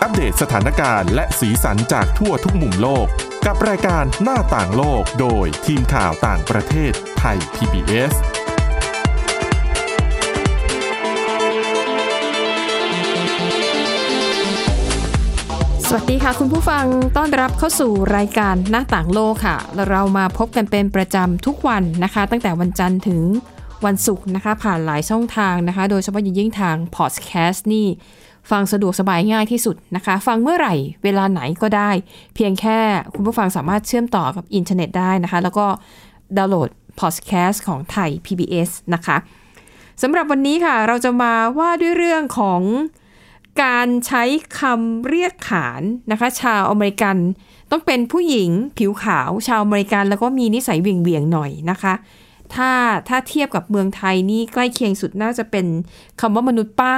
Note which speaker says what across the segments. Speaker 1: ปเดตสถานการณ์และสีสันจากทั่วทุกมุมโลก กับรายการหน้าต่างโลกโดยทีมข่าวต่างประเทศไทย PBS
Speaker 2: สวัสดีค่ะ คุณผู้ฟังต้อนรับเข้าสู่รายการหน้าต่างโลกค่ะ เรามาพบกันเป็นประจำทุกวันนะคะ ตั้งแต่วันจันทร์ถึงวันศุกร์นะคะ ผ่านหลายช่องทางนะคะ โดยเฉพาะอย่างยิ่งทางพอดแคสต์นี่ ฟังสะดวกสบายง่ายที่สุดนะคะ ฟังเมื่อไหร่เวลาไหนก็ได้ เพียงแค่คุณผู้ฟังสามารถเชื่อมต่อกับอินเทอร์เน็ตได้นะคะ แล้วก็ดาวน์โหลดพอดแคสต์ของไทย PBS นะคะสำหรับวันนี้ค่ะ เราจะมาว่าด้วยเรื่องของ การใช้คำเรียกขานนะคะ ชาวอเมริกัน ต้องเป็นผู้หญิงผิวขาวชาวอเมริกัน แล้วก็มีนิสัยเหวียงๆหน่อยนะคะ ถ้าถ้าเทียบกับเมืองไทยนี่ใกล้เคียงสุดน่าจะเป็นคำว่ามนุษย์ป้า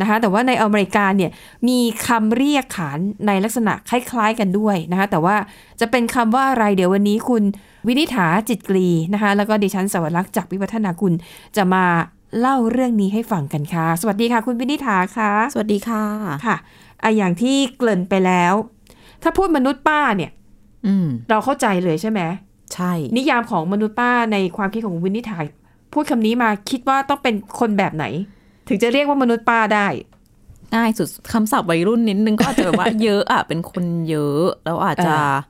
Speaker 2: นะคะ แต่ว่าในอเมริกาเนี่ยมีคำเรียกขานในลักษณะคล้ายๆกันด้วยนะคะ แต่ว่าจะเป็นคำว่าอะไรเดี๋ยววันนี้คุณวินิษฐาจิตกรีนะคะ แล้วก็ดิฉันสวรักษ์จากวิวัฒนาคุณจะมาเล่าเรื่องนี้ให้ฟังกันค่ะ สวัสดีค่ะ คุณวินิษฐาค่ะ
Speaker 3: สวัสดีค่ะ
Speaker 2: ค่ะอะอย่างที่เกริ่นไปแล้ว ถ้าพูดมนุษย์ป้าเนี่ย
Speaker 3: อืม
Speaker 2: เราเข้าใจเลยใช่ไหม
Speaker 3: ใช่
Speaker 2: นิยามของมนุษย์ป้าในความคิดของคุณวินิถาพูดคำนี้มาคิดว่าต้องเป็นคนแบบไหน ถึงจะเรียกว่ามนุษย์ป้าได้
Speaker 3: ง่ายสุดคำศัพท์วัยรุ่นนิดนึงก็อาจจะแบบว่า เยอะอ่ะ เป็นคนเยอะแล้วอาจจะ
Speaker 2: เ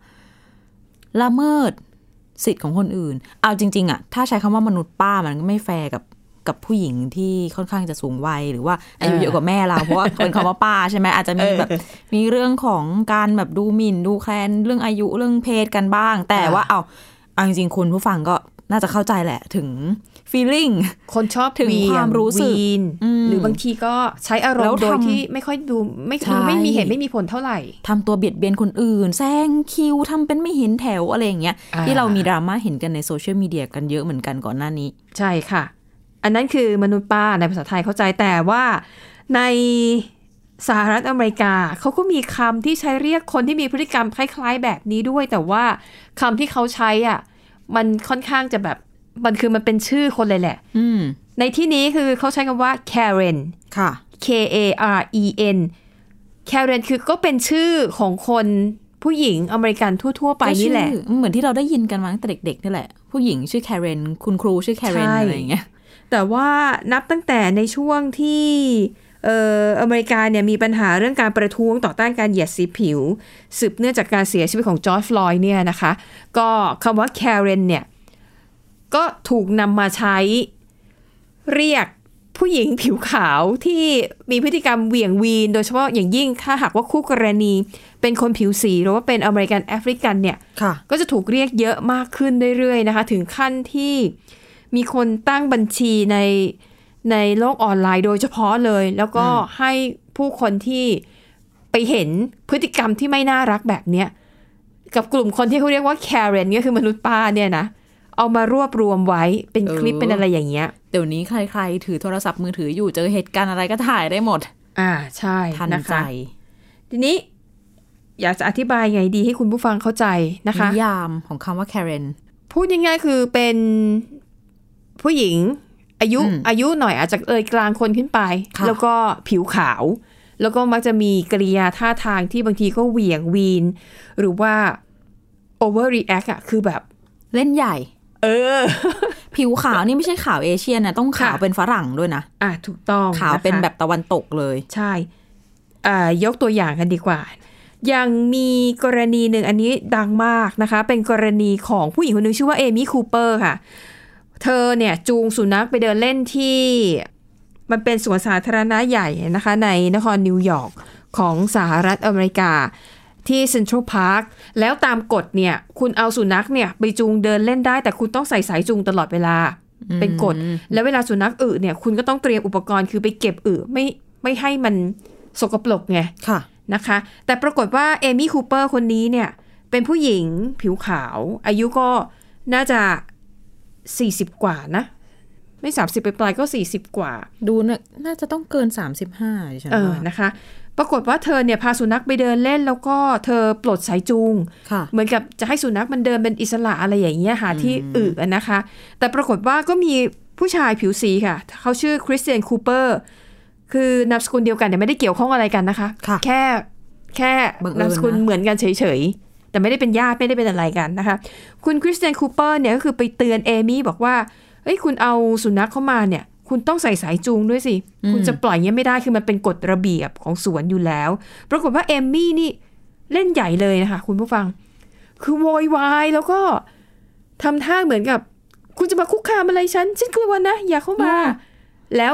Speaker 2: อ
Speaker 3: ละเมิดสิทธิ์ของคนอื่น เอาจริง ๆ อ่ะ ถ้าใช้คำว่ามนุษย์ป้ามันก็ไม่แฟร์กับกับผู้หญิงที่ค่อนข้างจะสูงวัยหรือว่าอายุเยอะกว่าแม่เราเพราะว่าเป็นคำว่าป้าใช่ไหมอาจจะมีแบบ มีเรื่องของการแบบดูหมิ่นดูแคลนเรื่องอายุเรื่องเพศกันบ้าง แต่ว่าเอาเอาจริงๆคุณผู้ฟังก็น่าจะเข้าใจแหละ ถึง feeling
Speaker 2: คนชอบ
Speaker 3: ถึงความรู้สึก
Speaker 2: วีน
Speaker 3: อืม
Speaker 2: หรือบางทีก็ใช้อารม
Speaker 3: แล้ว
Speaker 2: ณ์โดย
Speaker 3: ทำ
Speaker 2: ที่ไม่ค่อยดูไม่
Speaker 3: ใช่
Speaker 2: ดูไม่มีเหตุไม่มีผลเท่าไหร่
Speaker 3: ทำตัวเบียดเบียนคนอื่นแซงคิวทำเป็นไม่เห็นแถวอะไรอย่างเงี้ย
Speaker 2: อ่า
Speaker 3: ที่เรามีดราม่าเห็นกันในโซเชียลมีเดียกันเยอะเหมือนกันก่อนหน้านี้
Speaker 2: ใช่ค่ะ อันนั้นคือมนุษย์ป้าในภาษาไทยเข้าใจแต่ว่าในสหรัฐอเมริกาเขาก็มีคำที่ใช้เรียกคนที่มีพฤติกรรมคล้าย ๆ แบบนี้ด้วย แต่ว่าคำที่เขาใช้อ่ะมันค่อนข้างจะแบบมันคือมันเป็นชื่อคนเลยแหละ
Speaker 3: อืม
Speaker 2: ในที่นี้คือเขาใช้คำว่า Karen
Speaker 3: ค่ะ
Speaker 2: K A R E N Karen คือก็เป็นชื่อของคนผู้หญิงอเมริกันทั่ว ๆ ไป
Speaker 3: ไป
Speaker 2: นี่
Speaker 3: นี่
Speaker 2: แห
Speaker 3: แห
Speaker 2: ละ
Speaker 3: ละ เหมือนที่เราได้ยินกันมาตั้งแต่เด็กๆนี่แหละ ผู้หญิงชื่อแคเรนคุณครูชื่อแคเรน
Speaker 2: ใช่
Speaker 3: อะไรอย่างเงี้ย
Speaker 2: แต่ว่านับตั้งแต่ในช่วงที่เอ่ออเมริกาเนี่ยมีปัญหาเรื่องการประท้วงต่อต้านการเหยียดสีผิว สืบเนื่องจากการเสียชีวิตของจอร์จฟลอยด์เนี่ยนะคะ ก็คำว่าแคเรนเนี่ย ก็ถูกนำมาใช้เรียกผู้หญิงผิวขาวที่มีพฤติกรรมเหวี่ยงวีน โดยเฉพาะอย่างยิ่งถ้าหากว่าคู่กรณีเป็นคนผิวสีหรือว่าเป็นอเมริกันแอฟริกันเนี่ย
Speaker 3: ค่ะ
Speaker 2: ก็จะถูกเรียกเยอะมากขึ้นเรื่อยๆนะคะ ถึงขั้นที่มีคนตั้งบัญชีในในโลกออนไลน์โดยเฉพาะเลย แล้วก็ให้ผู้คนที่ไปเห็นพฤติกรรมที่ไม่น่ารักแบบเนี้ยกับกลุ่มคนที่เขาเรียกว่า Karen ก็คือมนุษย์ป้าเนี่ยนะ เอามารวบรวมไว้เป็นคลิป
Speaker 3: เออ
Speaker 2: เป็นอะไรอย่างเงี้ย
Speaker 3: เดี๋ยวนี้ใครๆ ถือโทรศัพท์มือถืออยู่เจอเหตุการณ์อะไรก็ถ่ายได้หมด
Speaker 2: อ่าใช่
Speaker 3: ทัน
Speaker 2: นะคะ
Speaker 3: ใจ
Speaker 2: ทีนี้อยากจะอธิบายไงดีให้คุณผู้ฟังเข้าใจนะคะ
Speaker 3: นิยามของคำว่าแคเรน
Speaker 2: พูดง่ายๆคือเป็นผู้หญิงอายุ
Speaker 3: อืม
Speaker 2: อายุหน่อยอาจจะเอ่ยกลางคนขึ้นไป
Speaker 3: ค่ะ
Speaker 2: แล้วก็ผิวขาว แล้วก็มักจะมีกริยาท่าทางที่บางทีก็เหวี่ยงวีน หรือว่า overreact อะคือแบบ
Speaker 3: เล่นใหญ่
Speaker 2: เออ
Speaker 3: ผิวขาวนี่ไม่ใช่ขาวเอเชียนะต้องขาว
Speaker 2: ค่ะ
Speaker 3: เป็นฝรั่งด้วยนะ
Speaker 2: อ่ะถูกต้อง
Speaker 3: ขาว
Speaker 2: ะคะ
Speaker 3: เป็นแบบตะวันตกเลย
Speaker 2: ใช่อ่ายกตัวอย่างกันดีกว่า ยังมีกรณีหนึ่งอันนี้ดังมากนะคะ เป็นกรณีของผู้หญิงคนหนึงชื่อว่าเอมี่คูเปอร์ค่ะ เธอเนี่ยจูงสุนัขไปเดินเล่นที่มันเป็นสวนสาธารณะใหญ่นะคะ ในนครนิวยอร์กของสหรัฐอเมริกาที่เซ็นทรัลพาร์ค แล้วตามกฎเนี่ย คุณเอาสุนัขเนี่ยไปจูงเดินเล่นได้ แต่คุณต้องใส่สายจูงตลอดเวลา เป็นกฎ แล้วเวลาสุนัขอึเนี่ยคุณก็ต้องเตรียมอุปกรณ์คือไปเก็บอึไม่ไม่ให้มันสกปรกไง
Speaker 3: ค่ะ
Speaker 2: นะคะ แต่ปรากฏว่าเอมี่คูเปอร์คนนี้เนี่ย เป็นผู้หญิงผิวขาว อายุก็น่าจะ 40 กว่านะ ไม่ 30 ไปปลายๆก็ 40 กว่า
Speaker 3: ดูนะน่าจะต้องเกิน 35ดิฉัน
Speaker 2: เออ
Speaker 3: ว่า
Speaker 2: นะคะ ปรากฏว่าเธอเนี่ยพาสุนัขไปเดินเล่น แล้วก็เธอปลดสายจูง
Speaker 3: ค่ะ
Speaker 2: เหมือนกับจะให้สุนัขมันเดินเป็นอิสระอะไรอย่างเงี้ยหาที่อึอะนะคะ แต่ปรากฏว่าก็มีผู้ชายผิวสีค่ะ เขาชื่อคริสเตียนคูเปอร์ คือนามสกุลเดียวกันแต่ไม่ได้เกี่ยวข้องอะไรกันนะคะ
Speaker 3: ค่ะ
Speaker 2: แค่ แค่
Speaker 3: บังเอิญ
Speaker 2: นามสกุล
Speaker 3: นะ
Speaker 2: เหมือนกันเฉยๆ แต่ไม่ได้เป็นญาติไม่ได้เป็นอะไรกันนะคะ คุณคริสเตียนคูเปอร์เนี่ยก็คือไปเตือนเอมี่บอกว่าเอ้ยคุณเอาสุนัขเข้ามาเนี่ย คุณต้องใส่สายจูงด้วยสิ คุณจะปล่อยเงี้ยไม่ได้คือมันเป็นกฎระเบียบของสวนอยู่แล้ว ปรากฏว่าเอมี่นี่เล่นใหญ่เลยนะคะคุณผู้ฟัง คือโวยวายแล้วก็ทำท่าเหมือนกับ คุณจะมาคุกคามอะไรฉันฉันกลัวนะ อย่าเข้ามา
Speaker 3: อ่า
Speaker 2: แล้ว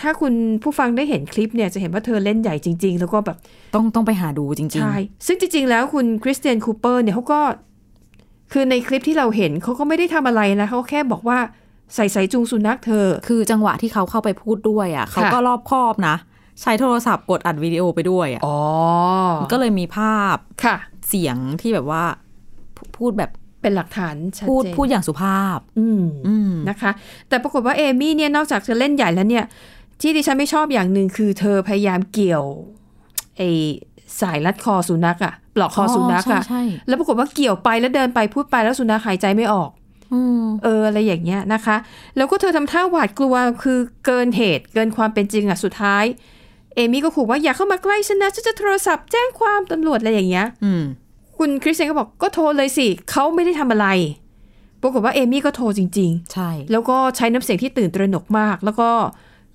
Speaker 2: ถ้าคุณผู้ฟังได้เห็นคลิปเนี่ยจะเห็นว่าเธอเล่นใหญ่จริง ๆ แล้วก็แบบ
Speaker 3: ต้องต้องไปหาดูจริง
Speaker 2: ใช่ ซึ่งจริง ๆ แล้วคุณคริสเตียนคูเปอร์เนี่ยเขาก็ คือในคลิปที่เราเห็นเขาก็ไม่ได้ทำอะไรนะเขาแค่บอกว่าใส่สายจูงสุนัขเธอ
Speaker 3: ๆ คือจังหวะที่เขาเข้าไปพูดด้วยอ่ะเขาก็รอบคอบนะ ใช้โทรศัพท์กดอัดวิดีโอไปด้วยอ่ะ
Speaker 2: อ๋อ
Speaker 3: ก็เลยมีภาพ
Speaker 2: ค่ะ
Speaker 3: เสียงที่แบบว่าพูพูดแบบ
Speaker 2: เป็นหลักฐานชัด
Speaker 3: พูด
Speaker 2: เจน
Speaker 3: พูดอย่างสุภาพ
Speaker 2: อืม
Speaker 3: อืม
Speaker 2: นะคะ แต่ปรากฏว่าเอมี่เนี่ยนอกจากจะเล่นใหญ่แล้วเนี่ย ที่ดิฉันไม่ชอบอย่างหนึ่งคือเธอพยายามเกี่ยวไอสายรัดคอสุนัขอะปลอกคออ
Speaker 3: อ
Speaker 2: สุนัขอะ
Speaker 3: ใช่ใช่
Speaker 2: แล้วปรากฏว่าเกี่ยวไปแล้วเดินไปพูดไปแล้วสุนัขหายใจไม่ออก
Speaker 3: อืม
Speaker 2: เอออะไรอย่างเงี้ยนะคะ แล้วก็เธอทำท่าหวาดกลัวคือเกินเหตุเกินความเป็นจริงอ่ะสุดท้าย เอมี่ก็ขู่ว่าอย่าเข้ามาใกล้ฉันนะฉันจะโทรศัพท์แจ้งความตำรวจอะไรอย่างเงี้ย
Speaker 3: อืม
Speaker 2: คุณคริสเตียนก็บอกก็โทรเลยสิเขาไม่ได้ทำอะไร ปรากฏว่าเอมี่ก็โทรจริง
Speaker 3: ใช่
Speaker 2: ๆ แล้วก็ใช้น้ำเสียงที่ตื่นตระหนกมาก แล้วก็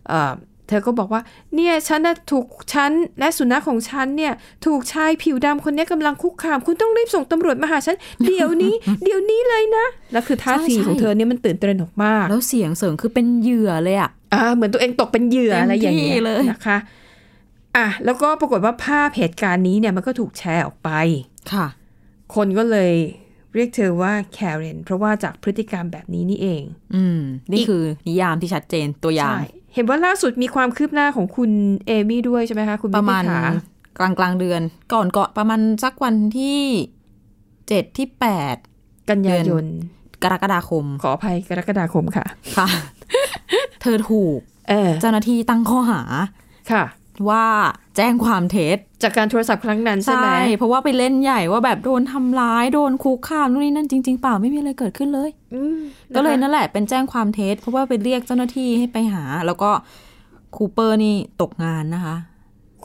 Speaker 2: เอ่อเธอก็บอกว่าเนี่ยฉันน่ะถูกฉันและสุนัขของฉันเนี่ยถูกชายผิวดำคนเนี้ยกำลังคุกคาม คุณต้องรีบส่งตำรวจมาหาฉันเดี๋ยวนี้ เดี๋ยวนี้เลยนะแล้วคือท่าที
Speaker 3: ใช่ใช่
Speaker 2: ของเธอเนี่ยมันตื่นตระหนกมาก
Speaker 3: แล้วเสียงเสริงคือเป็นเหยื่อเลยอ่ะ
Speaker 2: อ่าเหมือนตัวเองตกเป็นเหยื่อ
Speaker 3: เต็ม
Speaker 2: อะไรอย่างเงี้
Speaker 3: ที่
Speaker 2: ย
Speaker 3: เลย
Speaker 2: นะคะอ่ะแล้วก็ปรากฏว่าภาพเหตุการณ์นี้เนี่ยมันก็ถูกแชร์ออกไป
Speaker 3: ค่ะ
Speaker 2: คนก็เลยเรียกเธอว่าแคเรนเพราะว่าจากพฤติกรรมแบบนี้นี่เอง
Speaker 3: อืม นี่คือนิยามที่ชัดเจนตัวอย่าง
Speaker 2: ใช่เห็นว่าล่าสุดมีความคืบหน้าของคุณเอมี่ด้วยใช่ไหมคะ คุณ
Speaker 3: ประมาณ
Speaker 2: วินิษฐ
Speaker 3: กลางกลางๆเดือน ก่อนเกาะประมาณสักวันที่เจ็ดที่แปด
Speaker 2: กันยา
Speaker 3: เดื
Speaker 2: ย
Speaker 3: อน น กรกฎาคม
Speaker 2: ขออภัยกรกฎาคมค่ะ
Speaker 3: ค่ะ เธอถูก
Speaker 2: เออ
Speaker 3: เจ้าหน้าที่ตั้งข้อหา
Speaker 2: ค่ะ
Speaker 3: ว่าแจ้งความเท็จ
Speaker 2: จากการโทรศัพท์ครั้งนั้นใช่ไหม
Speaker 3: เพราะว่าไปเล่นใหญ่ว่าแบบโดนทำร้ายโดนคุกคามนู่นนี่นั่นจริง ๆ เปล่าไม่มีอะไรเกิดขึ้นเลย
Speaker 2: อืมะคะ
Speaker 3: ก็เลยนั่นแหละเป็นแจ้งความเท็จเพราะว่าไปเรียกเจ้าหน้าที่ให้ไปหา แล้วก็คูเปอร์นี่ตกงานนะคะ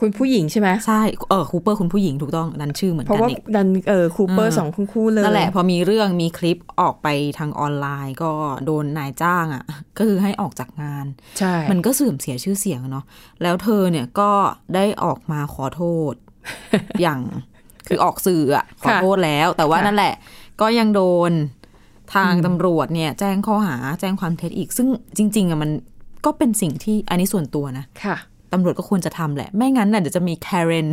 Speaker 2: คุณผู้หญิงใช่ไหม
Speaker 3: ใช่เออคูเปอร์คุณผู้หญิงถูกต้องดันชื่อเหมือน
Speaker 2: เพราะ
Speaker 3: กัน
Speaker 2: ว่า
Speaker 3: อีก
Speaker 2: ดันเออคูเปอ
Speaker 3: อื
Speaker 2: ร์
Speaker 3: ม
Speaker 2: สองคู่เลย
Speaker 3: นั่นแหละพอมีเรื่องมีคลิปออกไปทางออนไลน์ก็โดนนายจ้างอะ่ะ ก็คือให้ออกจากงาน
Speaker 2: ใช่
Speaker 3: มันก็เสื่อมเสียชื่อเสียงอะเนาะแล้วเธอเนี่ยก็ได้ออกมาขอโท ษ อย่างคือออกสื่ออะขอโทษแล้ว แต่ว่า
Speaker 2: ค่ะ
Speaker 3: นั่นแหละ ก็ยังโดนทางตำรวจเนี่ย แจ้งข้อหาแจ้งความเท็จอีก ซึ่งจริง ๆอะมันก็เป็นสิ่งที่อันนี้ส่วนตัวนะ
Speaker 2: ค่ะ
Speaker 3: ตำรวจก็ควรจะทำแหละ ไม่งั้นน่ะเดี๋ยวจะมีแคเรน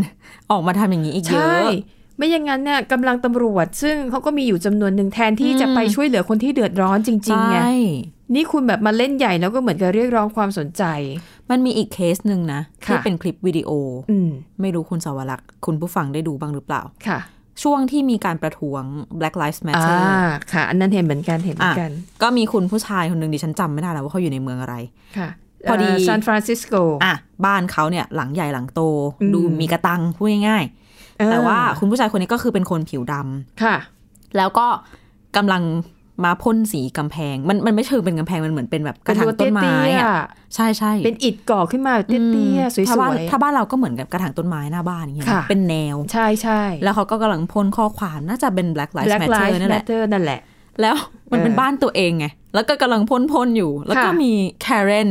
Speaker 3: ออกมาทำอย่างนี้อีกเย
Speaker 2: ใช่
Speaker 3: อะ
Speaker 2: ไม่อย่างนั้นเนี่ยกำลังตำรวจ ซึ่งเขาก็มีอยู่จำนวนหนึ่งแทนที่
Speaker 3: อืม
Speaker 2: จะไปช่วยเหลือคนที่เดือดร้อนจริงๆไง
Speaker 3: ใช่
Speaker 2: นี่คุณแบบมาเล่นใหญ่แล้วก็เหมือนกับเรียกร้องความสนใจ
Speaker 3: มันมีอีกเคสหนึ่งนะ
Speaker 2: ค่ะ
Speaker 3: ที่เป็นคลิปวิดีโอ
Speaker 2: อืม
Speaker 3: ไม่รู้คุณสาวรักษ์คุณผู้ฟังได้ดูบ้างหรือเปล่า
Speaker 2: ค่ะ
Speaker 3: ช่วงที่มีการประท้วง Black Lives
Speaker 2: อ่า
Speaker 3: Matter
Speaker 2: ค่ะ อันนั้นเห็นเหมือนกันเห็นเหมือนกัน
Speaker 3: ก็มีคุณผู้ชายคนหนึ่งดิฉันจำไม่ได้แล้วว่าเขาอยู่ในเมืองอะไร
Speaker 2: ค่ะ
Speaker 3: พอดี
Speaker 2: ซานฟรานซิสโก
Speaker 3: อ่ะ บ้านเขาเนี่ยหลังใหญ่หลังโต
Speaker 2: อืม
Speaker 3: ดูมีกระตังพูดง่ายๆแต่ว่าคุณผู้ชายคนนี้ก็คือเป็นคนผิวดำ
Speaker 2: ค่ะ
Speaker 3: แล้วก็กำลังมาพ่นสีกำแพง มันมันไม่เชิงเป็นกำแพงมันเหมือนเป็นแบบก
Speaker 2: กระ
Speaker 3: ระถา
Speaker 2: ถาง ง
Speaker 3: ต้
Speaker 2: ต้น
Speaker 3: น
Speaker 2: ไม้
Speaker 3: ไม้อ่ะใช่ใช่
Speaker 2: เป็นอิฐก่อขึ้นมาเตี้ยๆสว
Speaker 3: ถ้าบ้าน
Speaker 2: ย
Speaker 3: ถ้าบ้านเราก็เหมือนกับกระถางต้นไม้หน้าบ้านอย่างเงี้ย
Speaker 2: ค่ะ
Speaker 3: เป็นแนว
Speaker 2: ๆ ใช่ใช่
Speaker 3: แล้วเขาก็กำลังพ่นข้อความน่าจะเป็น Black Lives Matter นั่นแหละ
Speaker 2: Matter นั่นแหละ
Speaker 3: แล้ว มัน
Speaker 2: เออ
Speaker 3: เป็นบ้านตัวเองไง แล้วก็กำลังพ่นพ่นๆอยู่ แล้วก็
Speaker 2: ค่ะ
Speaker 3: มีแคเรน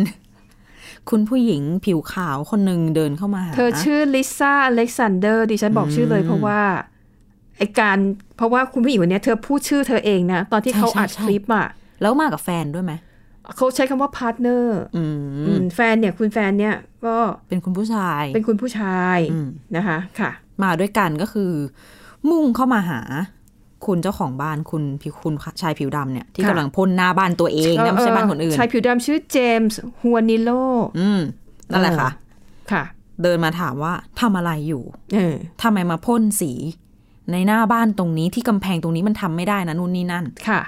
Speaker 3: คุณผู้หญิงผิวขาวคนหนึ่งเดินเข้ามาหา
Speaker 2: เธอชื่อลิซ่าอเล็กซานเดอร์ดิฉันบอกชื่อเลยเพราะว่าไอการเพราะว่าคุณผู้หญิงคนเนี้ยเธอพูดชื่อเธอเองนะ ตอนที่เขาอัดคลิปอ่ะ
Speaker 3: แล้วมากับแฟนด้วยไหม
Speaker 2: เขาใช้คำว่าพาร์ทเนอร์
Speaker 3: อืม
Speaker 2: แฟนเนี่ยคุณแฟนเนี่ยก็
Speaker 3: เป็นคุณผู้ชาย
Speaker 2: เป็นคุณผู้ชาย
Speaker 3: อืม
Speaker 2: นะคะค่ะ
Speaker 3: มาด้วยกันก็คือ มุ่งเข้ามาหา คุณเจ้าของบ้านคุณผิวคุณชายผิวดำเนี่ย ที่
Speaker 2: ค่ะ
Speaker 3: กำลังพ่นหน้าบ้านตัวเองนะไม่ใช่บ้านคนอื่น
Speaker 2: ชายผิวดำชื่อเจมส์ฮัวนิโล
Speaker 3: อืมนั่นแหละค่ะ
Speaker 2: ค่ะ
Speaker 3: เดินมาถามว่าทำอะไรอยู่
Speaker 2: เออ
Speaker 3: ทำไมมาพ่นสี ในหน้าบ้านตรงนี้ที่กำแพงตรงนี้มันทำไม่ได้นะนู่นนี่นั่น
Speaker 2: ค่ะ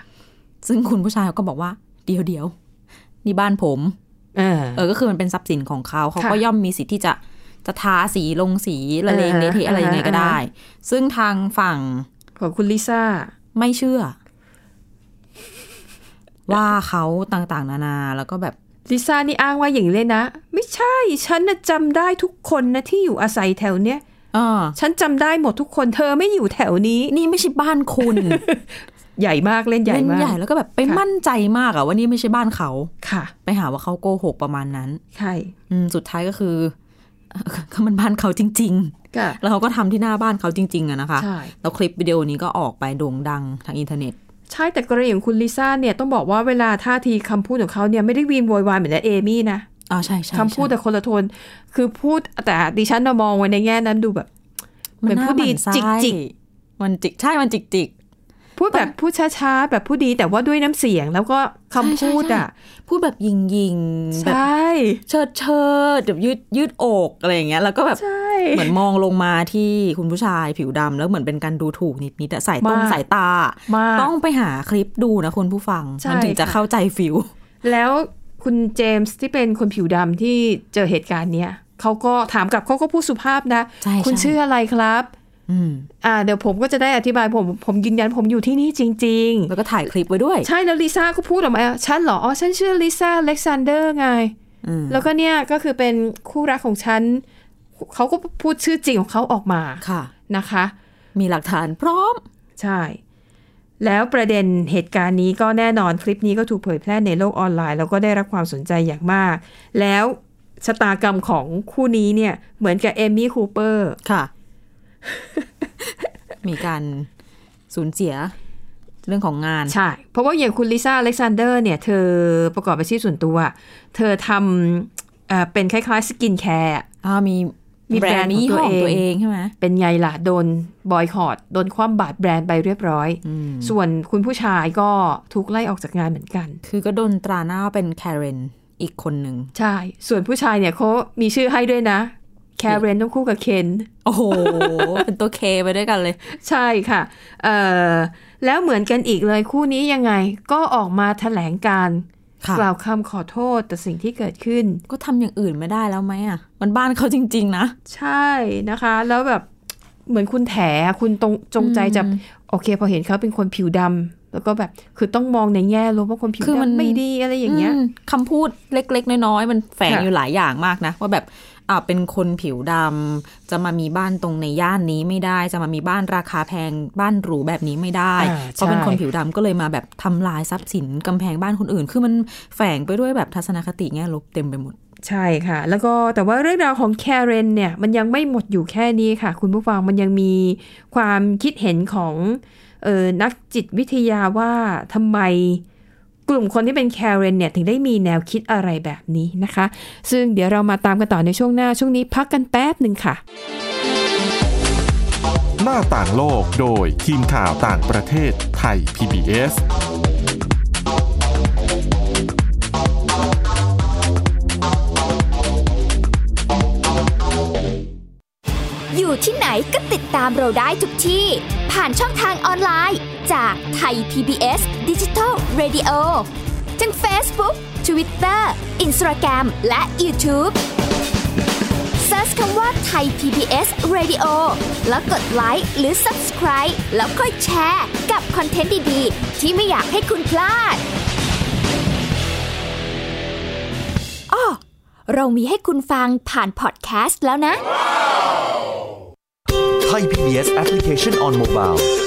Speaker 3: ซึ่งคุณผู้ชายเขาก็บอกว่า เดี๋ยวเดี๋ยวนี่บ้านผม
Speaker 2: เออ
Speaker 3: เออก็คือมันเป็นทรัพย์สินของเขาเขาก็
Speaker 2: ค่ะ
Speaker 3: ย่อมมีสิทธิ์ที่จะจะทาสีลงสีละเลง
Speaker 2: อ่า
Speaker 3: เละเทะอะไรยังไงก็
Speaker 2: อ่า
Speaker 3: ได้ ซึ่งทางฝั่ง
Speaker 2: ของคุณลิซ่า
Speaker 3: ไม่เชื่อ ว่าเขาต่างๆ นานา แล้วก็แบบ
Speaker 2: ลิซ่านี่อ้างว่าอย่างนี้เลยนะ ไม่ใช่ฉันน่ะจำได้ทุกคนนะที่อยู่อาศัยแถวเนี้ย
Speaker 3: เออ
Speaker 2: ฉันจำได้หมดทุกคนเธอไม่อยู่แถวนี้
Speaker 3: นี่ไม่ใช่บ้านคุณ
Speaker 2: ใหญ่มาก เล่นใหญ่
Speaker 3: เล่น
Speaker 2: มาก
Speaker 3: ใหญ่แล้วก็แบบไป
Speaker 2: ค่ะ
Speaker 3: มั่นใจมากอะว่านี่ไม่ใช่บ้านเขา
Speaker 2: ค่ะ
Speaker 3: ไปหาว่าเขาโกหกประมาณนั้น
Speaker 2: ใช่
Speaker 3: อืมสุดท้ายก็คือ ก็มันบ้านเขาจริง
Speaker 2: ค่ะ
Speaker 3: ๆ แล้วเขาก็ทำที่หน้าบ้านเขาจริง ๆอะนะคะ
Speaker 2: ใช่
Speaker 3: แล้วคลิปวิดีโอนี้ก็ออกไปโด่งดังทางอินเทอร์เน็ต
Speaker 2: ใช่แต่กรณีของคุณลิซ่าเนี่ยต้องบอกว่าเวลาท่าทีคำพูดของเขาเนี่ยไม่ได้วีนโวยวายเหมือนเอมี่นะ
Speaker 3: อ่าใช่ใช่
Speaker 2: คำพูดแต่คนละโทน คือพูดแต่ดิฉันน่ะมองไว้ในแง่นั้นดูแบบ เหมือนผู้ดีจิกจิก
Speaker 3: มันจิกใช่มันจิกจิก
Speaker 2: พูดแบบพูดช้าๆ แบบพูดดีแต่ว่าด้วยน้ำเสียงแล้วก็คำพูดอ่ะ
Speaker 3: พูดแบบยิงยิงๆ
Speaker 2: ใช
Speaker 3: แบบ
Speaker 2: ่
Speaker 3: เชิดเชิดแบบยืดยืดอกอะไรอย่างเงี้ยแล้วก็แบบ
Speaker 2: ใช่
Speaker 3: เหมือนมองลงมาที่คุณผู้ชายผิวดำแล้วเหมือนเป็นการดูถูกนิดนิดๆอะสายตรง
Speaker 2: มาก
Speaker 3: สายตา
Speaker 2: มาก
Speaker 3: ต้องไปหาคลิปดูนะคุณผู้ฟัง
Speaker 2: ใช่
Speaker 3: มันถึงจะ
Speaker 2: ค่ะ
Speaker 3: เข้าใจฟิล
Speaker 2: แล้วคุณเจมส์ที่เป็นคนผิวดำที่เจอเหตุการณ์เนี้ยเขาก็ถามกลับเขาก็พูดสุภาพนะ
Speaker 3: ใช่
Speaker 2: คุณ
Speaker 3: ใ
Speaker 2: ชื่ออะไรครับ
Speaker 3: อืม
Speaker 2: อ่า เดี๋ยวผมก็จะได้อธิบายผมผมยืนยันผมอยู่ที่นี่จริง ๆ
Speaker 3: แล้วก็ถ่ายคลิปไว้ด้วย
Speaker 2: ใช่แล้วลิซ่าก็พูดออกมาฉันเหรอ อ๋อ ฉันชื่อลิซ่าเล็กซานเดอร์ไง
Speaker 3: อืม
Speaker 2: แล้วก็เนี่ยก็คือเป็นคู่รักของฉัน เขาก็พูดชื่อจริงของเขาออกมา
Speaker 3: ค่ะ
Speaker 2: นะคะ
Speaker 3: มีหลักฐานพร้อม
Speaker 2: ใช่ แล้วประเด็นเหตุการณ์นี้ก็แน่นอนคลิปนี้ก็ถูกเผยแพร่ในโลกออนไลน์ แล้วก็ได้รับความสนใจอย่างมาก แล้วชะตากรรมของคู่นี้เนี่ยเหมือนกับเอมมี่คูเปอร์
Speaker 3: ค่ะ มีการสูญเสียเรื่องของงาน
Speaker 2: ใช่ เพราะว่าอย่างคุณลิซ่าอเล็กซานเดอร์เนี่ย เธอประกอบอาชีพส่วนตัว เธอทำเอ่อเป็นคล้ายๆสกินแคร์
Speaker 3: อ่ามี
Speaker 2: มีแบรนด์
Speaker 3: มียี่ห้อ
Speaker 2: ของ
Speaker 3: ของ
Speaker 2: ตั
Speaker 3: ตัวว
Speaker 2: เอ
Speaker 3: เอง งใช่ไหม
Speaker 2: เป็นไงล่ะ โดนบอยคอรดโดนคว่ำบาตรแบรนด์ไปเรียบร้อย
Speaker 3: อืม
Speaker 2: ส่วนคุณผู้ชายก็ถูกไล่ออกจากงานเหมือนกัน
Speaker 3: คือก็โดนตราหน้าว่าเป็นแคเรนอีกคนหนึ่ง
Speaker 2: ใช่ ส่วนผู้ชายเนี่ยเขามีชื่อให้ด้วยนะ แคเรนต้องคู่กับเคน
Speaker 3: โอ้โห เป็นตัวเคไปด้วยกันเลย
Speaker 2: ใช่ค่ะเอ่อแล้วเหมือนกันอีกเลยคู่นี้ยังไง ก็ออกมาแถลงการณ์
Speaker 3: ค่ะ
Speaker 2: กล่าวคำขอโทษแต่อสิ่งที่เกิดขึ้น
Speaker 3: ก็ทำอย่างอื่นไม่ได้แล้วไหมอ่ะ มันบ้านเขาจริง ๆ นะ
Speaker 2: ใช่นะคะ แล้วแบบเหมือนคุณแถคุณตรงจงใจจะ
Speaker 3: อืม
Speaker 2: โอเค พอเห็นเขาเป็นคนผิวดำแล้วก็แบบคือต้องมองในแง่ลบว่าคนผิว
Speaker 3: คือมัน
Speaker 2: ดำไม่ดีอะไรอย่างเงี้ย
Speaker 3: มคำพูดเล็ก ๆ น้อย ๆ มันแฝง
Speaker 2: ค่ะ
Speaker 3: อยู่หลายอย่างมากนะ ว่าแบบอ่าเป็นคนผิวดำจะมามีบ้านตรงในย่านนี้ไม่ได้ จะมามีบ้านราคาแพงบ้านหรูแบบนี้ไม่ได้
Speaker 2: อ่า
Speaker 3: เพราะเป็น
Speaker 2: ใช่
Speaker 3: คนผิวดำก็เลยมาแบบทำลายทรัพย์สินกำแพงบ้านคนอื่น คือมันแฝงไปด้วยแบบทัศนคติแง่ลบเต็มไปหมด
Speaker 2: ใช่ค่ะ แล้วก็แต่ว่าเรื่องราวของแคเรนเนี่ย มันยังไม่หมดอยู่แค่นี้ค่ะ คุณผู้ฟังมันยังมีความคิดเห็นของเออนักจิตวิทยาว่าทำไมกลุ่มคนที่เป็นแคเรนเนี่ย ถึงได้มีแนวคิดอะไรแบบนี้นะคะ ซึ่งเดี๋ยวเรามาตามกันต่อในช่วงหน้าช่วงนี้พักกันแป๊บหนึ่งค่ะ
Speaker 1: หน้าต่างโลกโดยทีมข่าวต่างประเทศไทย PBS
Speaker 4: อยู่ที่ไหนก็ติดตามเราได้ทุกที่ ผ่านช่องทางออนไลน์ จากไทย PBS Digital Radio ทั้ง Facebook Twitter Instagram และ YouTube Search คำว่าไทย PBS Radio แล้วกดไลค์หรือ Subscribe แล้วค่อยแชร์ กับคอนเทนต์ดี ๆ ที่ไม่อยากให้คุณพลาดอ้อเรามีให้คุณฟังผ่านพอดแคสต์แล้วนะ
Speaker 5: ไทย PBS Application on Mobile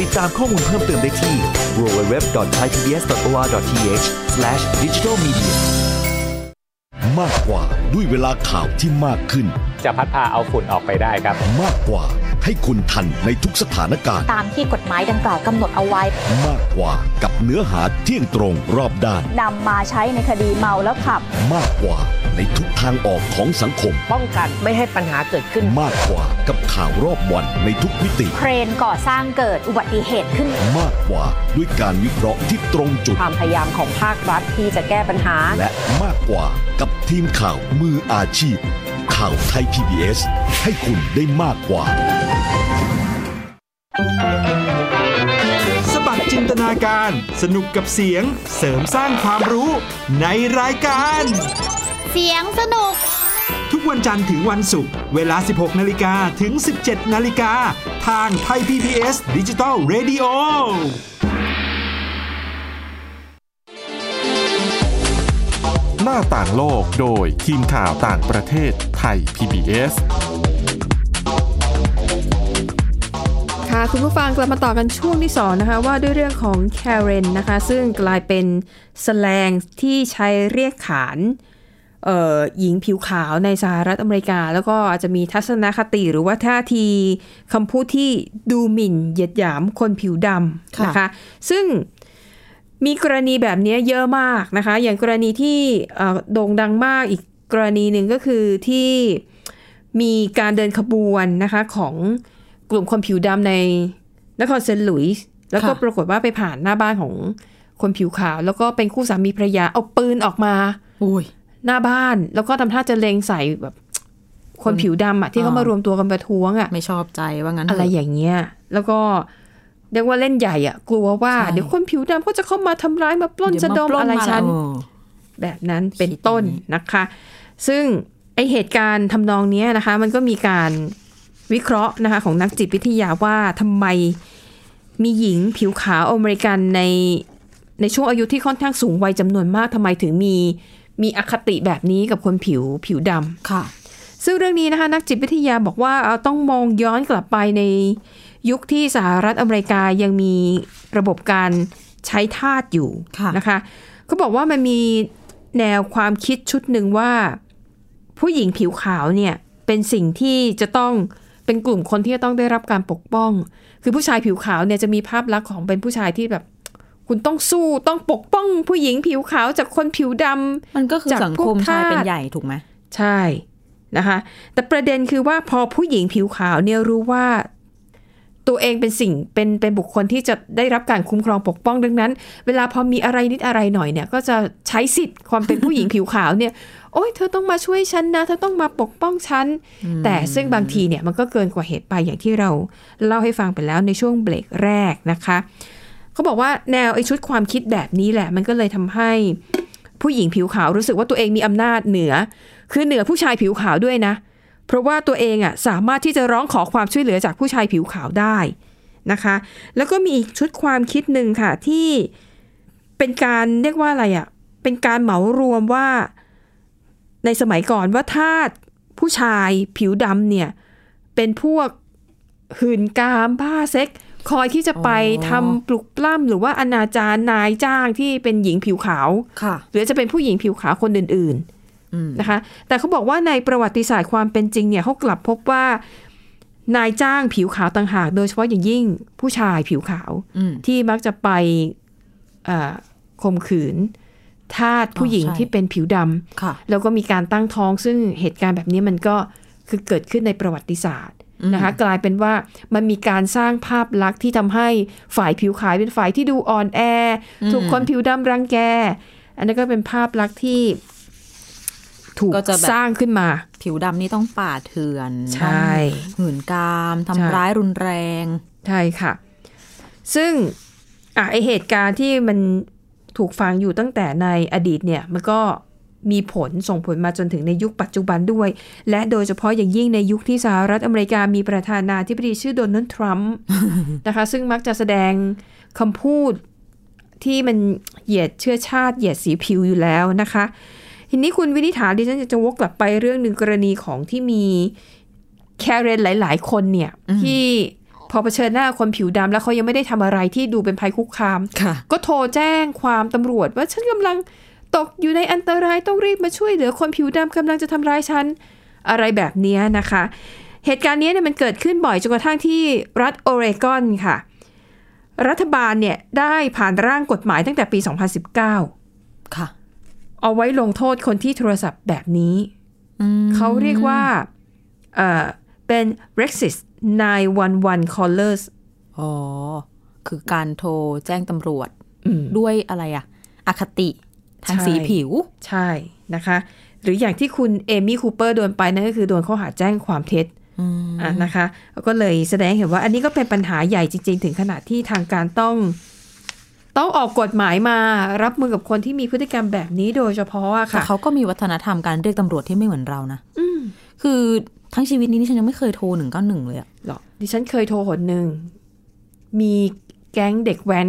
Speaker 5: ติดตามข้อมูลเพิ่มเติมได้ที่ www.thaipbs.or.th/digitalmedia
Speaker 6: มากกว่าด้วยเวลาข่าวที่มากขึ้น
Speaker 7: จะพัดพาเอาฝุ่นออกไปได้ครับ
Speaker 6: มากกว่าให้คุณทันในทุกสถานการณ์
Speaker 8: ตามที่กฎหมายดังกล่าวกำหนดเอาไว้
Speaker 6: มากกว่ากับเนื้อหาเที่ยงตรงรอบด้าน
Speaker 8: นำมาใช้ในคดีเมาแล้วขับ
Speaker 6: มากกว่าในทุกทางออกของสังคม
Speaker 9: ป้องกันไม่ให้ปัญหาเกิดขึ้น
Speaker 6: มากกว่ากับข่าวรอบวันในทุกมิติ
Speaker 8: เครนก่อสร้างเกิดอุบัติเหตุขึ้น
Speaker 6: มากกว่าด้วยการวิเคราะห์ที่ตรงจุด
Speaker 9: ความพยายามของภาครัฐที่จะแก้ปัญหา
Speaker 6: และมากกว่ากับทีมข่าวมืออาชีพ ข่าวไทย PBS ให้คุณได้มากกว่า
Speaker 5: สบัด
Speaker 10: จินตนาการ สนุกกับเสียง เสริมสร้างความรู้ในรายการ
Speaker 4: เสียงสนุก
Speaker 10: ทุกวันจันทร์ถึงวันศุกร์เวลา 16 นาฬิกาถึง 17 นาฬิกา ทางไทย PPS ดิจิ t a l Radio
Speaker 1: หน้าต่างโลกโดยทีมข่าวต่างประเทศไทย PBS
Speaker 2: ค่ะคุณผู้ฟังกลับมาต่อกันช่วงที่สองนะคะ ว่าด้วยเรื่องของ Karen นะคะ ซึ่งกลายเป็นสแลงที่ใช้เรียกขานเอ่อหญิงผิวขาวในสหรัฐอเมริกา แล้วก็อาจจะมีทัศนคติหรือว่าท่าทีคำพูดที่ดูหมิ่นเหยียดหยามคนผิวดำนะคะ ซึ่ง มีกรณีแบบนี้เยอะมากนะคะ อย่างกรณีที่เอ่อโด่งดังมากอีกกรณีหนึ่งก็คือที่มีการเดินขบวนนะคะของกลุ่มคนผิวดำในนครเซนต์หลุยส์แล้วก็
Speaker 3: ค่ะ
Speaker 2: ปรากฏว่าไปผ่านหน้าบ้านของคนผิวขาว แล้วก็เป็นคู่สามีภรรยาเอาปืนออกมา
Speaker 3: อุ้ย
Speaker 2: หน้าบ้าน แล้วก็ทำท่าจะเลงใส่แบบคนผิวดำอะที่เขามารวมตัวกันประท้วงอะ
Speaker 3: ไม่ชอบใจว่างั้นเถ
Speaker 2: อะไรอย่างเงี้ย แล้วก็เรียกว่าเล่นใหญ่อะกลัวว่า
Speaker 3: ใช่
Speaker 2: เดี๋ยวคนผิวดำก็จะเข้ามาทำร้ายมาปล้น
Speaker 3: เยว
Speaker 2: จะดม
Speaker 3: ปล้
Speaker 2: อะไร
Speaker 3: มา
Speaker 2: ฉัน
Speaker 3: เออ
Speaker 2: แบบนั้นเป็นต้นนะคะ ซึ่งไอเหตุการณ์ทำนองเนี้ยนะคะ มันก็มีการวิเคราะห์นะคะของนักจิตวิทยาว่าทำไมมีหญิงผิวขาวอเมริกันในในช่วงอายุที่ค่อนข้างสูงวัยจำนวนมากทำไมถึงมีมีอคติแบบนี้กับคนผิวผิวดำ
Speaker 3: ค่ะ
Speaker 2: ซึ่งเรื่องนี้นะคะนักจิตวิทยาบอกว่าเอาต้องมองย้อนกลับไปในยุคที่สหรัฐอเมริกายังมีระบบการใช้ทาสอยู่
Speaker 3: ค่ะ
Speaker 2: นะคะเขาบอกว่ามันมีแนวความคิดชุดหนึ่งว่า ผู้หญิงผิวขาวเนี่ยเป็นสิ่งที่จะต้องเป็นกลุ่มคนที่จะต้องได้รับการปกป้อง คือผู้ชายผิวขาวเนี่ยจะมีภาพลักษณ์ของเป็นผู้ชายที่แบบ คุณต้องสู้ต้องปกป้อง ผู้หญิงผิวขาวจากคนผิวดำ
Speaker 3: มันก็คือ
Speaker 2: จาก
Speaker 3: สัง
Speaker 2: พว
Speaker 3: ค
Speaker 2: ก
Speaker 3: มชาย
Speaker 2: ทาส
Speaker 3: เป็นใหญ่ถูกไหม
Speaker 2: ใช่นะคะ แต่ประเด็นคือว่าพอผู้หญิงผิวขาวเนี่ยรู้ว่าตัวเองเป็นสิ่งเป็นเป็นบุคคลที่จะได้รับการคุ้มครองปกป้องดังนั้น เวลาพอมีอะไรนิดอะไรหน่อยเนี่ย ก็จะใช้สิทธิ์ความเป็นผู้หญิง ผิวขาวเนี่ย โอ้ยเธอต้องมาช่วยฉันนะ เธอต้องมาปกป้องฉัน แต่ซึ่งบางทีเนี่ยมันก็เกินกว่าเหตุไปอย่างที่เราเล่าให้ฟังไปแล้วในช่วงเบรกแรกนะคะ เขาบอกว่าแนวไอชุดความคิดแบบนี้แหละ มันก็เลยทำให้ผู้หญิงผิวขาวรู้สึกว่าตัวเองมีอำนาจเหนือ คือเหนือผู้ชายผิวขาวด้วยนะ เพราะว่าตัวเองอ่ะสามารถที่จะร้องขอความช่วยเหลือจากผู้ชายผิวขาวได้นะคะ แล้วก็มีอีกชุดความคิดหนึ่งค่ะ ที่เป็นการเรียกว่าอะไรอ่ะ เป็นการเหมารวมว่าในสมัยก่อนว่าทาสผู้ชายผิวดำเนี่ย เป็นพวกหื่นกามบ้าเซ็ก คอยที่จะไป
Speaker 3: อ๋อ
Speaker 2: ทำปลุกปล้ำหรือว่าอนาจารนายจ้างที่เป็นหญิงผิวขาว
Speaker 3: ค่ะ
Speaker 2: หรือจะเป็นผู้หญิงผิวขาวคนอื่น
Speaker 3: อืม
Speaker 2: ๆนะคะ แต่เขาบอกว่าในประวัติศาสตร์ความเป็นจริงเนี่ยเขากลับพบว่านายจ้างผิวขาวต่างหาก โดยเฉพาะอย่างยิ่งผู้ชายผิวขาว
Speaker 3: อืม
Speaker 2: ที่มักจะไปเอ่อข่มขืนทาสผู้หญิง
Speaker 3: อ๋อใช่
Speaker 2: ที่เป็นผิวด
Speaker 3: ค่ะ
Speaker 2: ำแล้วก็มีการตั้งท้อง ซึ่งเหตุการณ์แบบนี้มันก็คือเกิดขึ้นในประวัติศาสตร์นะคะ กลายเป็นว่ามันมีการสร้างภาพลักษณ์ที่ทำให้ฝ่ายผิวขาวเป็นฝ่ายที่ดูอ่อนแออ
Speaker 3: ม
Speaker 2: ถูกคนผิวดำรังแก อันนั้นก็เป็นภาพลักษณ์ที่ถูก
Speaker 3: ก็จะแบบ
Speaker 2: สร้างขึ้นมา
Speaker 3: ผิวดำนี่ต้องป่าเถื่อน
Speaker 2: ใช่
Speaker 3: ต้องหื่นกามทำ
Speaker 2: ใช่
Speaker 3: ร้ายรุนแรง
Speaker 2: ใช่ค่ะ ซึ่งอ่ะไอเหตุการณ์ที่มันถูกฟังอยู่ตั้งแต่ในอดีตเนี่ย มันก็มีผลส่งผลมาจนถึงในยุคปัจจุบันด้วย และโดยเฉพาะอย่างยิ่งในยุคที่สหรัฐอเมริกามีประธานาธิบดีชื่อโดนัลด์ทรัมป์ นะคะ ซึ่งมักจะแสดงคำพูดที่มันเหยียดเชื้อชาติ เหยียดสีผิวอยู่แล้วนะคะ ทีนี้คุณวินิษฐาดิฉันจะวกกลับไปเรื่องหนึ่งกรณีของที่มี แคเรนหลาย ๆ คนเนี่ยที่พอเผชิญหน้าคนผิวดำแล้วเขายังไม่ได้ทำอะไรที่ดูเป็นภัยคุกคาม
Speaker 3: ค่ะ
Speaker 2: ก็โทรแจ้งความตำรวจว่าฉันกำลังตกอยู่ในอันตรายต้องรีบมาช่วยเหลือคนผิวดำกำลังจะทำร้ายฉัน อะไรแบบเนี้ยนะคะ เหตุการณ์เนี้ยเนี่ยมันเกิดขึ้นบ่อยจนกระทั่งที่รัฐโอเรกอนค่ะ รัฐบาลเนี่ยได้ผ่านร่างกฎหมายตั้งแต่ปี 2019
Speaker 3: ค่ะ
Speaker 2: เอาไว้ลงโทษคนที่โทรศัพท์แบบนี้ เขาเรียกว่าเอ่อเป็น Rexis 911 callers
Speaker 3: อ๋อ คือการโทรแจ้งตำรวจ
Speaker 2: อืม
Speaker 3: ด้วยอะไรอะอคติทาง
Speaker 2: ใช่
Speaker 3: สีผิว
Speaker 2: ใช่นะคะ หรืออย่างที่คุณเอมี่คูเปอร์โดนไปนั่นก็คือโดนข้อหาแจ้งความเท็จอ่ะนะคะ ก็เลยแสดงให้เห็นว่าอันนี้ก็เป็นปัญหาใหญ่จริง ๆ ถึงขนาดที่ทางการต้อง ต้องออกกฎหมายมารับมือกับคนที่มีพฤติกรรมแบบนี้โดยเฉพาะอะ
Speaker 3: แต่
Speaker 2: ค่ะ
Speaker 3: เขาก็มีวัฒนธรรมการเรียกตำรวจที่ไม่เหมือนเรานะคือทั้งชีวิตนี้นี่ฉันยังไม่เคยโทรหนึ่งเก้าหนึ่งเลยอะ
Speaker 2: หรอดิฉันเคยโทรหนหนึ่ง มีแก๊งเด็กแว้น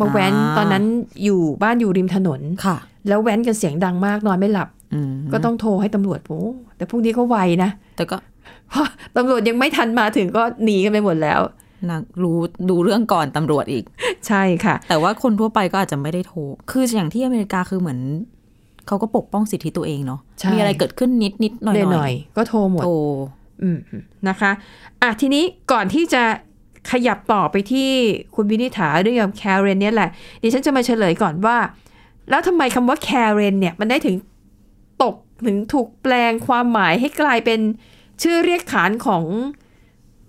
Speaker 2: มาแว้นตอนนั้นอยู่บ้านอยู่ริมถนน
Speaker 3: ค่ะ
Speaker 2: แล้วแว้นกันเสียงดังมากนอนไม่หลับ
Speaker 3: อืม
Speaker 2: ก็ต้องโทรให้ตำรวจโอ้แต่พวกนี้ก็ไวนะ
Speaker 3: แต่ก็
Speaker 2: เพราะตำรวจยังไม่ทันมาถึงก็หนีกันไปหมดแล้ว
Speaker 3: นางรู้ดูเรื่องก่อนตำรวจอีก
Speaker 2: ใช่ค่ะ
Speaker 3: แต่ว่าคนทั่วไปก็อาจจะไม่ได้โทร คืออย่างที่อเมริกาคือเหมือน เขาก็ปกป้องสิทธิตัวเองเนาะ
Speaker 2: ใช่
Speaker 3: มีอะไรเกิดขึ้นนิดนิดๆหน่อย
Speaker 2: ห
Speaker 3: ห
Speaker 2: น่
Speaker 3: น่
Speaker 2: อ
Speaker 3: อยย
Speaker 2: ๆก็โทรหมด
Speaker 3: โทร
Speaker 2: อืมนะคะอ่ะทีนี้ก่อนที่จะขยับต่อไปที่คุณวินิษฐาเรื่องแคเรนเนี่ยแหละดิฉันจะมาเฉลยก่อนว่า แล้วทำไมคำว่าแคเรนเนี่ยมันได้ถึงตกถึงถูกแปลงความหมายให้กลายเป็นชื่อเรียกขานของ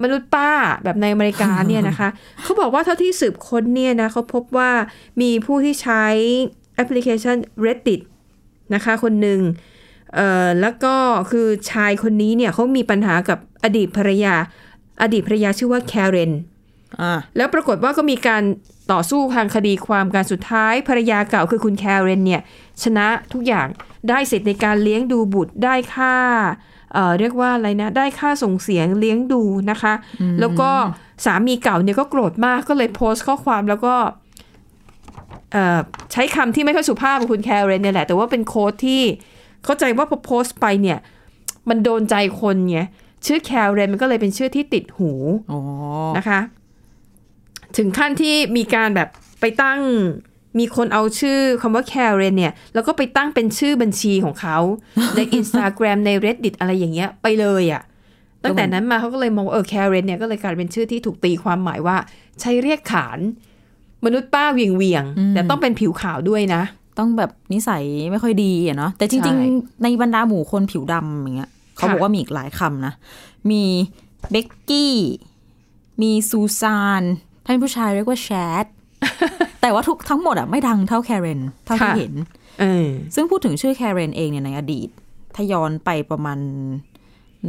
Speaker 2: มนุษย์ป้าแบบในอเมริกาเนี่ยนะคะ เขาบอกว่าเท่าที่สืบค้นเนี่ยนะเขาพบว่ามีผู้ที่ใช้แอปพลิเคชัน Reddit นะคะคนหนึ่ง เอ่อแล้วก็คือชายคนนี้เนี่ยเขามีปัญหากับอดีตภรรยา อดีตภรรยาชื่อว่าแคเรน
Speaker 3: อ่ะ
Speaker 2: แล้วปรากฏว่าก็มีการต่อสู้ทางคดีความการสุดท้ายภรรยาเก่าคือคุณแคเรนเนี่ยชนะทุกอย่างได้สิทธิ์ในการเลี้ยงดูบุตรได้ค่าเอ่อเรียกว่าอะไรนะ ได้ค่าส่งเสียงเลี้ยงดูนะคะ แล้วก็สามีเก่าเนี่ยก็โกรธมากก็เลยโพสต์ข้อความแล้วก็เอ่อใช้คำที่ไม่ค่อยสุภาพกับคุณแคเรนเนี่ยแหละ แต่ว่าเป็นโค้ดที่เข้าใจว่าพอโพสต์ไปเนี่ยมันโดนใจคนไงชื่อแคเรนมันก็เลยเป็นชื่อที่ติดหู
Speaker 3: อ๋อ
Speaker 2: นะคะ ถึงขั้นที่มีการแบบไปตั้งมีคนเอาชื่อคำว่า Karen เนี่ย แล้วก็ไปตั้งเป็นชื่อบัญชีของ เขา ใน Instagram ใน Reddit อะไรอย่างเงี้ยไปเลยอะ่ะ ตั้งแต่นั้นมาเขาก็เลยมองว่าเออ Karen เนี่ยก็เลยกลายเป็นชื่อที่ถูกตีความหมายว่า ใช้เรียกขาน มนุษย์ป้าเวียงเวียงๆแต่ต้องเป็นผิวขาวด้วยนะ
Speaker 3: ต้องแบบนิสัยไม่ค่อยดีอะเนาะ แต่จ
Speaker 2: ใช่
Speaker 3: ริง ๆ ในบรรดาหมู่คนผิวดำอย่างเงี้ย เขา
Speaker 2: ค่ะ
Speaker 3: บอกว่ามีอีกหลายคำนะ มีเบกกี้ มีซูซานท่านผู้ชายเรียกว่าแชท แต่ว่าทุกทั้งหมดอะไม่ดังเท่าแคเรนเท่าที่เห็น
Speaker 2: เออ
Speaker 3: ซึ่งพูดถึงชื่อแคเรนเองเนี่ยในอดีต ถ้าย้อนไปประมาณ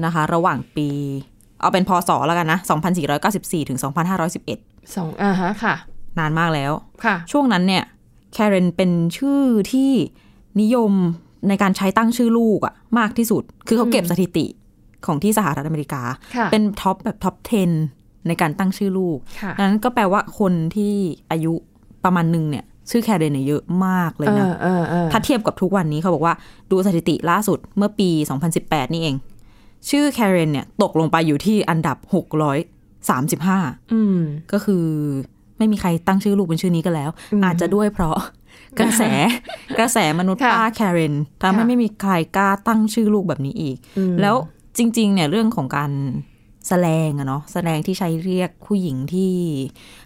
Speaker 3: นะคะ ระหว่างปี เอาเป็นพศแล้วกันนะ 2494 ถึง 2511
Speaker 2: สองอ่าฮะค่ะ
Speaker 3: นานมากแล้ว
Speaker 2: ค่ะ
Speaker 3: ช่วงนั้นเนี่ยแคเรนเป็นชื่อที่นิยมในการใช้ตั้งชื่อลูกอะมากที่สุด คือเขาเก็บสถิติของที่สหรัฐอเมริกา
Speaker 2: ค่ะ
Speaker 3: เป็นท็อปแบบท็อป 10 ในการตั้งชื่อลูก
Speaker 2: ค่ะ
Speaker 3: นั้นก็แปลว่าคนที่อายุประมาณหนึ่งเนี่ย ชื่อแคเรนเนี่ยเยอะมากเลย
Speaker 2: เอ
Speaker 3: นะ
Speaker 2: อเออเออ
Speaker 3: ถ้าเทียบกับทุกวันนี้เขาบอกว่าดูสถิติล่าสุดเมื่อปี 2018 นี่เอง ชื่อแคเรนเนี่ยตกลงไปอยู่ที่อันดับ 635
Speaker 2: อืม
Speaker 3: ก็คือไม่มีใครตั้งชื่อลูกเป็นชื่อนี้กันแล้ว อาจจะด้วยเพราะ กระแสกระแสมนุษย์
Speaker 2: ค่ะ
Speaker 3: ป้าแคเรนทำให้
Speaker 2: ค่ะ
Speaker 3: ไม่มีใครกล้าตั้งชื่อลูกแบบนี้อีก แล้วจริง ๆ เนี่ยเรื่องของการแสดงอะเนาะแสดงที่ใช้เรียกผู้หญิงที่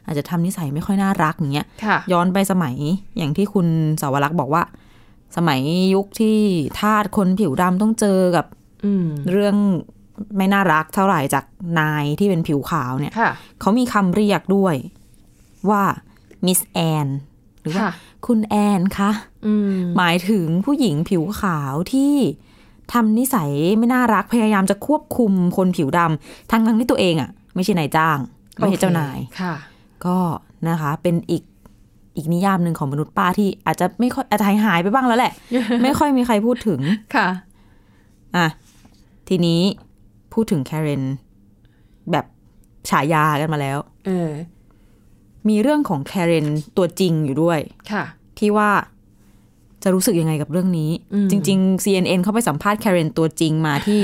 Speaker 3: อาจจะทำนิสัยไม่ค่อยน่ารักอย่างเงี้ย
Speaker 2: ค่ะ
Speaker 3: ย้อนไปสมัยอย่างที่คุณสาวรักษ์บอกว่า สมัยยุคที่ทาสคนผิวดำต้องเจอกับ
Speaker 2: อืม
Speaker 3: เรื่องไม่น่ารักเท่าไหร่จากนายที่เป็นผิวขาวเนี่ย
Speaker 2: ค่ะ
Speaker 3: เขามีคำเรียกด้วยว่ามิสแอนหรือว่า
Speaker 2: ค่ะ
Speaker 3: คุณแอนคะ
Speaker 2: อืม
Speaker 3: หมายถึงผู้หญิงผิวขาวที่ทำนิสัยไม่น่ารักพยายามจะควบคุมคนผิวดำทั้งทั้งๆที่ตัวเองอะ่ะ ไม่ใช่นายจ้าง ไม่ใช่เจ้านาย
Speaker 2: ค่ะ
Speaker 3: ก็นะคะเป็นอีกอีกนิยามหนึ่งของมนุษย์ป้าที่อาจจะไม่ค่อยอาจจะหายหายไปบ้าง แล้วแหละ ไม่ค่อยมีใครพูดถึง
Speaker 2: ค่ะ
Speaker 3: อ่ะทีนี้พูดถึงแคเรนแบบฉายากันมาแล้ว
Speaker 2: เออ
Speaker 3: มีเรื่องของแคเรนตัวจริงอยู่ด้วย
Speaker 2: ค่ะ
Speaker 3: ที่ว่าจะรู้สึกยังไงกับเรื่องนี้
Speaker 2: อืม
Speaker 3: จริง ๆ CNN เขาไปสัมภาษณ์แคเรนตัวจริงมาที่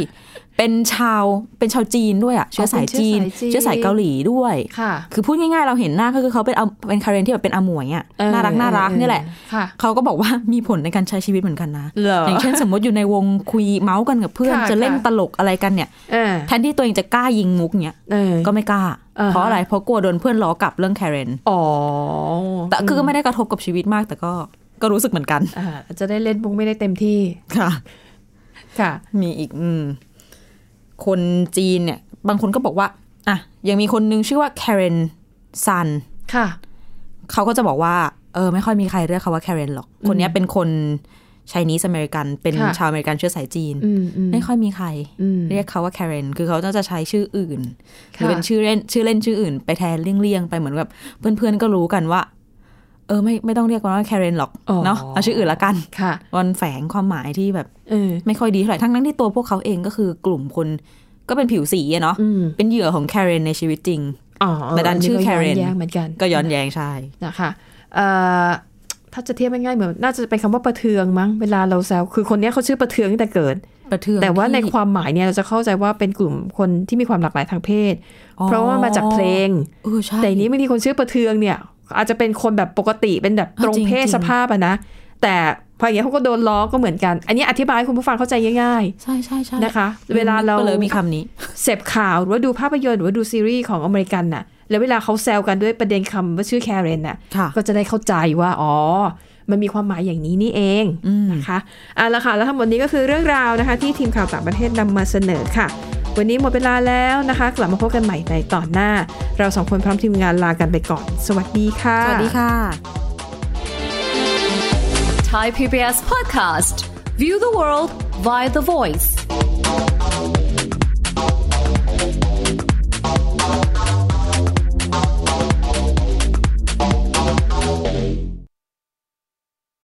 Speaker 3: เป็นชาวเป็นชาวจีนด้วยอะเชื้อสายจีน เชื้อสายเกาหลีด้วย
Speaker 2: ค่ะ
Speaker 3: คือพูดง่ายๆ เราเห็นหน้าก็คือเขาเป็นเอาเป็นคาเรนที่แบบเป็นอาหมวยอ่ะ
Speaker 2: เออ
Speaker 3: น่ารักน่ารัก
Speaker 2: เออ
Speaker 3: นี่แหละ
Speaker 2: ค่ะ
Speaker 3: เขาก็บอกว่ามีผลในการใช้ชีวิตเหมือนกันนะ
Speaker 2: เหรออ
Speaker 3: อย่างเช่นสมมติอยู่ในวงคุยเมาส์กันกับเพื่อน
Speaker 2: ค่ะ
Speaker 3: จะเล่น
Speaker 2: ค่ะ
Speaker 3: ตลกอะไรกันเนี่ย
Speaker 2: เออ
Speaker 3: แทนที่ตัวเองจะกล้ายิงมุกเนี้ย
Speaker 2: เออ
Speaker 3: ก็ไม่กล้า
Speaker 2: อ่าฮะ
Speaker 3: เพราะอะไรเพราะกลัวโดนเพื่อนล้อกลับเรื่องคาเรน
Speaker 2: อ๋อ
Speaker 3: แต่คือก็ไม่ได้กระทบกับชีวิตมากแต่ก็ก็รู้สึกเหมือน กัน
Speaker 2: อ่าจะได้เล่นบุ้งไม่ได้เต็มที่
Speaker 3: ค่ะ
Speaker 2: ค่ะ
Speaker 3: มีอีกอืมคนจีนเนี่ย บางคนก็บอกว่าอ่ะยังมีคนนึงชื่อว่าคาเรนซัน
Speaker 2: ค่ะ
Speaker 3: เขาก็จะบอกว่า เออ ไม่ค่อยมีใครเรียกเขาว่าแคเรนหรอก คนเนี้ยเป็นคนชายนีสอเมริกัน เป็น
Speaker 2: ค่ะ
Speaker 3: ชาวอเมริกันเชื้อสายจีน
Speaker 2: อืมอืม
Speaker 3: ไม่ค่อยมีใคร
Speaker 2: อืม
Speaker 3: เรียกเขาว่าแคเรน คือเขาจะใช้ชื่ออื่น ห
Speaker 2: ค่ะ
Speaker 3: รือเป็นชื่อเล่นชื่อเล่นชื่ออื่น ไปแทนเลี่ยงๆไปเหมือนแบบเพื่อนๆก็รู้กันว่า เออไม่ไม่ต้องเรียกมันว่าแคเรนหรอก
Speaker 2: อ๋อ
Speaker 3: เนาะเอาชื่ออื่นละกัน
Speaker 2: ค่ะ
Speaker 3: มันแฝงความหมายที่แบบ
Speaker 2: เออ
Speaker 3: ไม่ค่อยดีเท่าไหร่ทั้งนั้นที่ตัวพวกเขาเองก็คือกลุ่มคนก็เป็นผิวสีอะเนาะ
Speaker 2: อืม
Speaker 3: เป็นเหยื่อของแคเรนในชีวิตจริง
Speaker 2: อ๋อ
Speaker 3: แต่ดันชื่อ
Speaker 2: ก็ย้
Speaker 3: Karen
Speaker 2: แย้งเหมือนกัน
Speaker 3: ก็ย้อนแย้งใช่
Speaker 2: นะคะเอ่อถ้าจะเทียบง่ายๆเหมือนน่าจะเป็นคำว่าประเทืองมั้งเวลาเราแซวคือคนเนี้ยเขาชื่อประเทืองตั้งแต่เกิด
Speaker 3: ประเทือง
Speaker 2: แต่ว่าใน
Speaker 3: ที่
Speaker 2: ความหมายเนี่ยเราจะเข้าใจว่าเป็นกลุ่มคนที่มีความหลากหลายทางเพศ
Speaker 3: อ๋อ
Speaker 2: เพราะว่ามาจากเพลง
Speaker 3: เออใช่
Speaker 2: แต่นี้บางทีคนชื่อประเทืองเนี่ยอาจจะเป็นคนแบบปกติเป็นแบบตรงเพศ
Speaker 3: จริงๆ
Speaker 2: สภาพอะนะ แต่พออย่างเงี้ยเขาก็โดนล้อก็เหมือนกัน อันนี้อธิบายให้คุณผู้ฟังเข้าใจง่าย
Speaker 3: ใช่ใช่ใช่
Speaker 2: ๆนะคะ เวลาเรา
Speaker 3: ก็เลยมีคำนี้
Speaker 2: เสพข่าวหรือว่าดูภาพยนตร์หรือว่าดูซีรีส์ของอเมริกันน่ะ แล้วเวลาเขาแซวกันด้วยประเด็นคำว่าชื่อแคเรนน่ะ
Speaker 3: ค่ะ
Speaker 2: ก็จะได้เข้าใจว่า อ๋อ มันมีความหมายอย่างนี้นี่เอง
Speaker 3: อืม
Speaker 2: นะคะเอาละค่ะ แล้วทั้งหมดนี้ก็คือเรื่องราวนะคะ ที่ทีมข่าวต่างประเทศนำมาเสนอค่ะ วันนี้หมดเวลาแล้วนะคะ กลับมาพบกันใหม่ในตอนหน้า เราสองคนพร้อมทีมงานลากันไปก่อน สวัสดีค่ะ
Speaker 3: สวัสดีค่ะ
Speaker 11: Thai PBS podcast. View the world via the voice.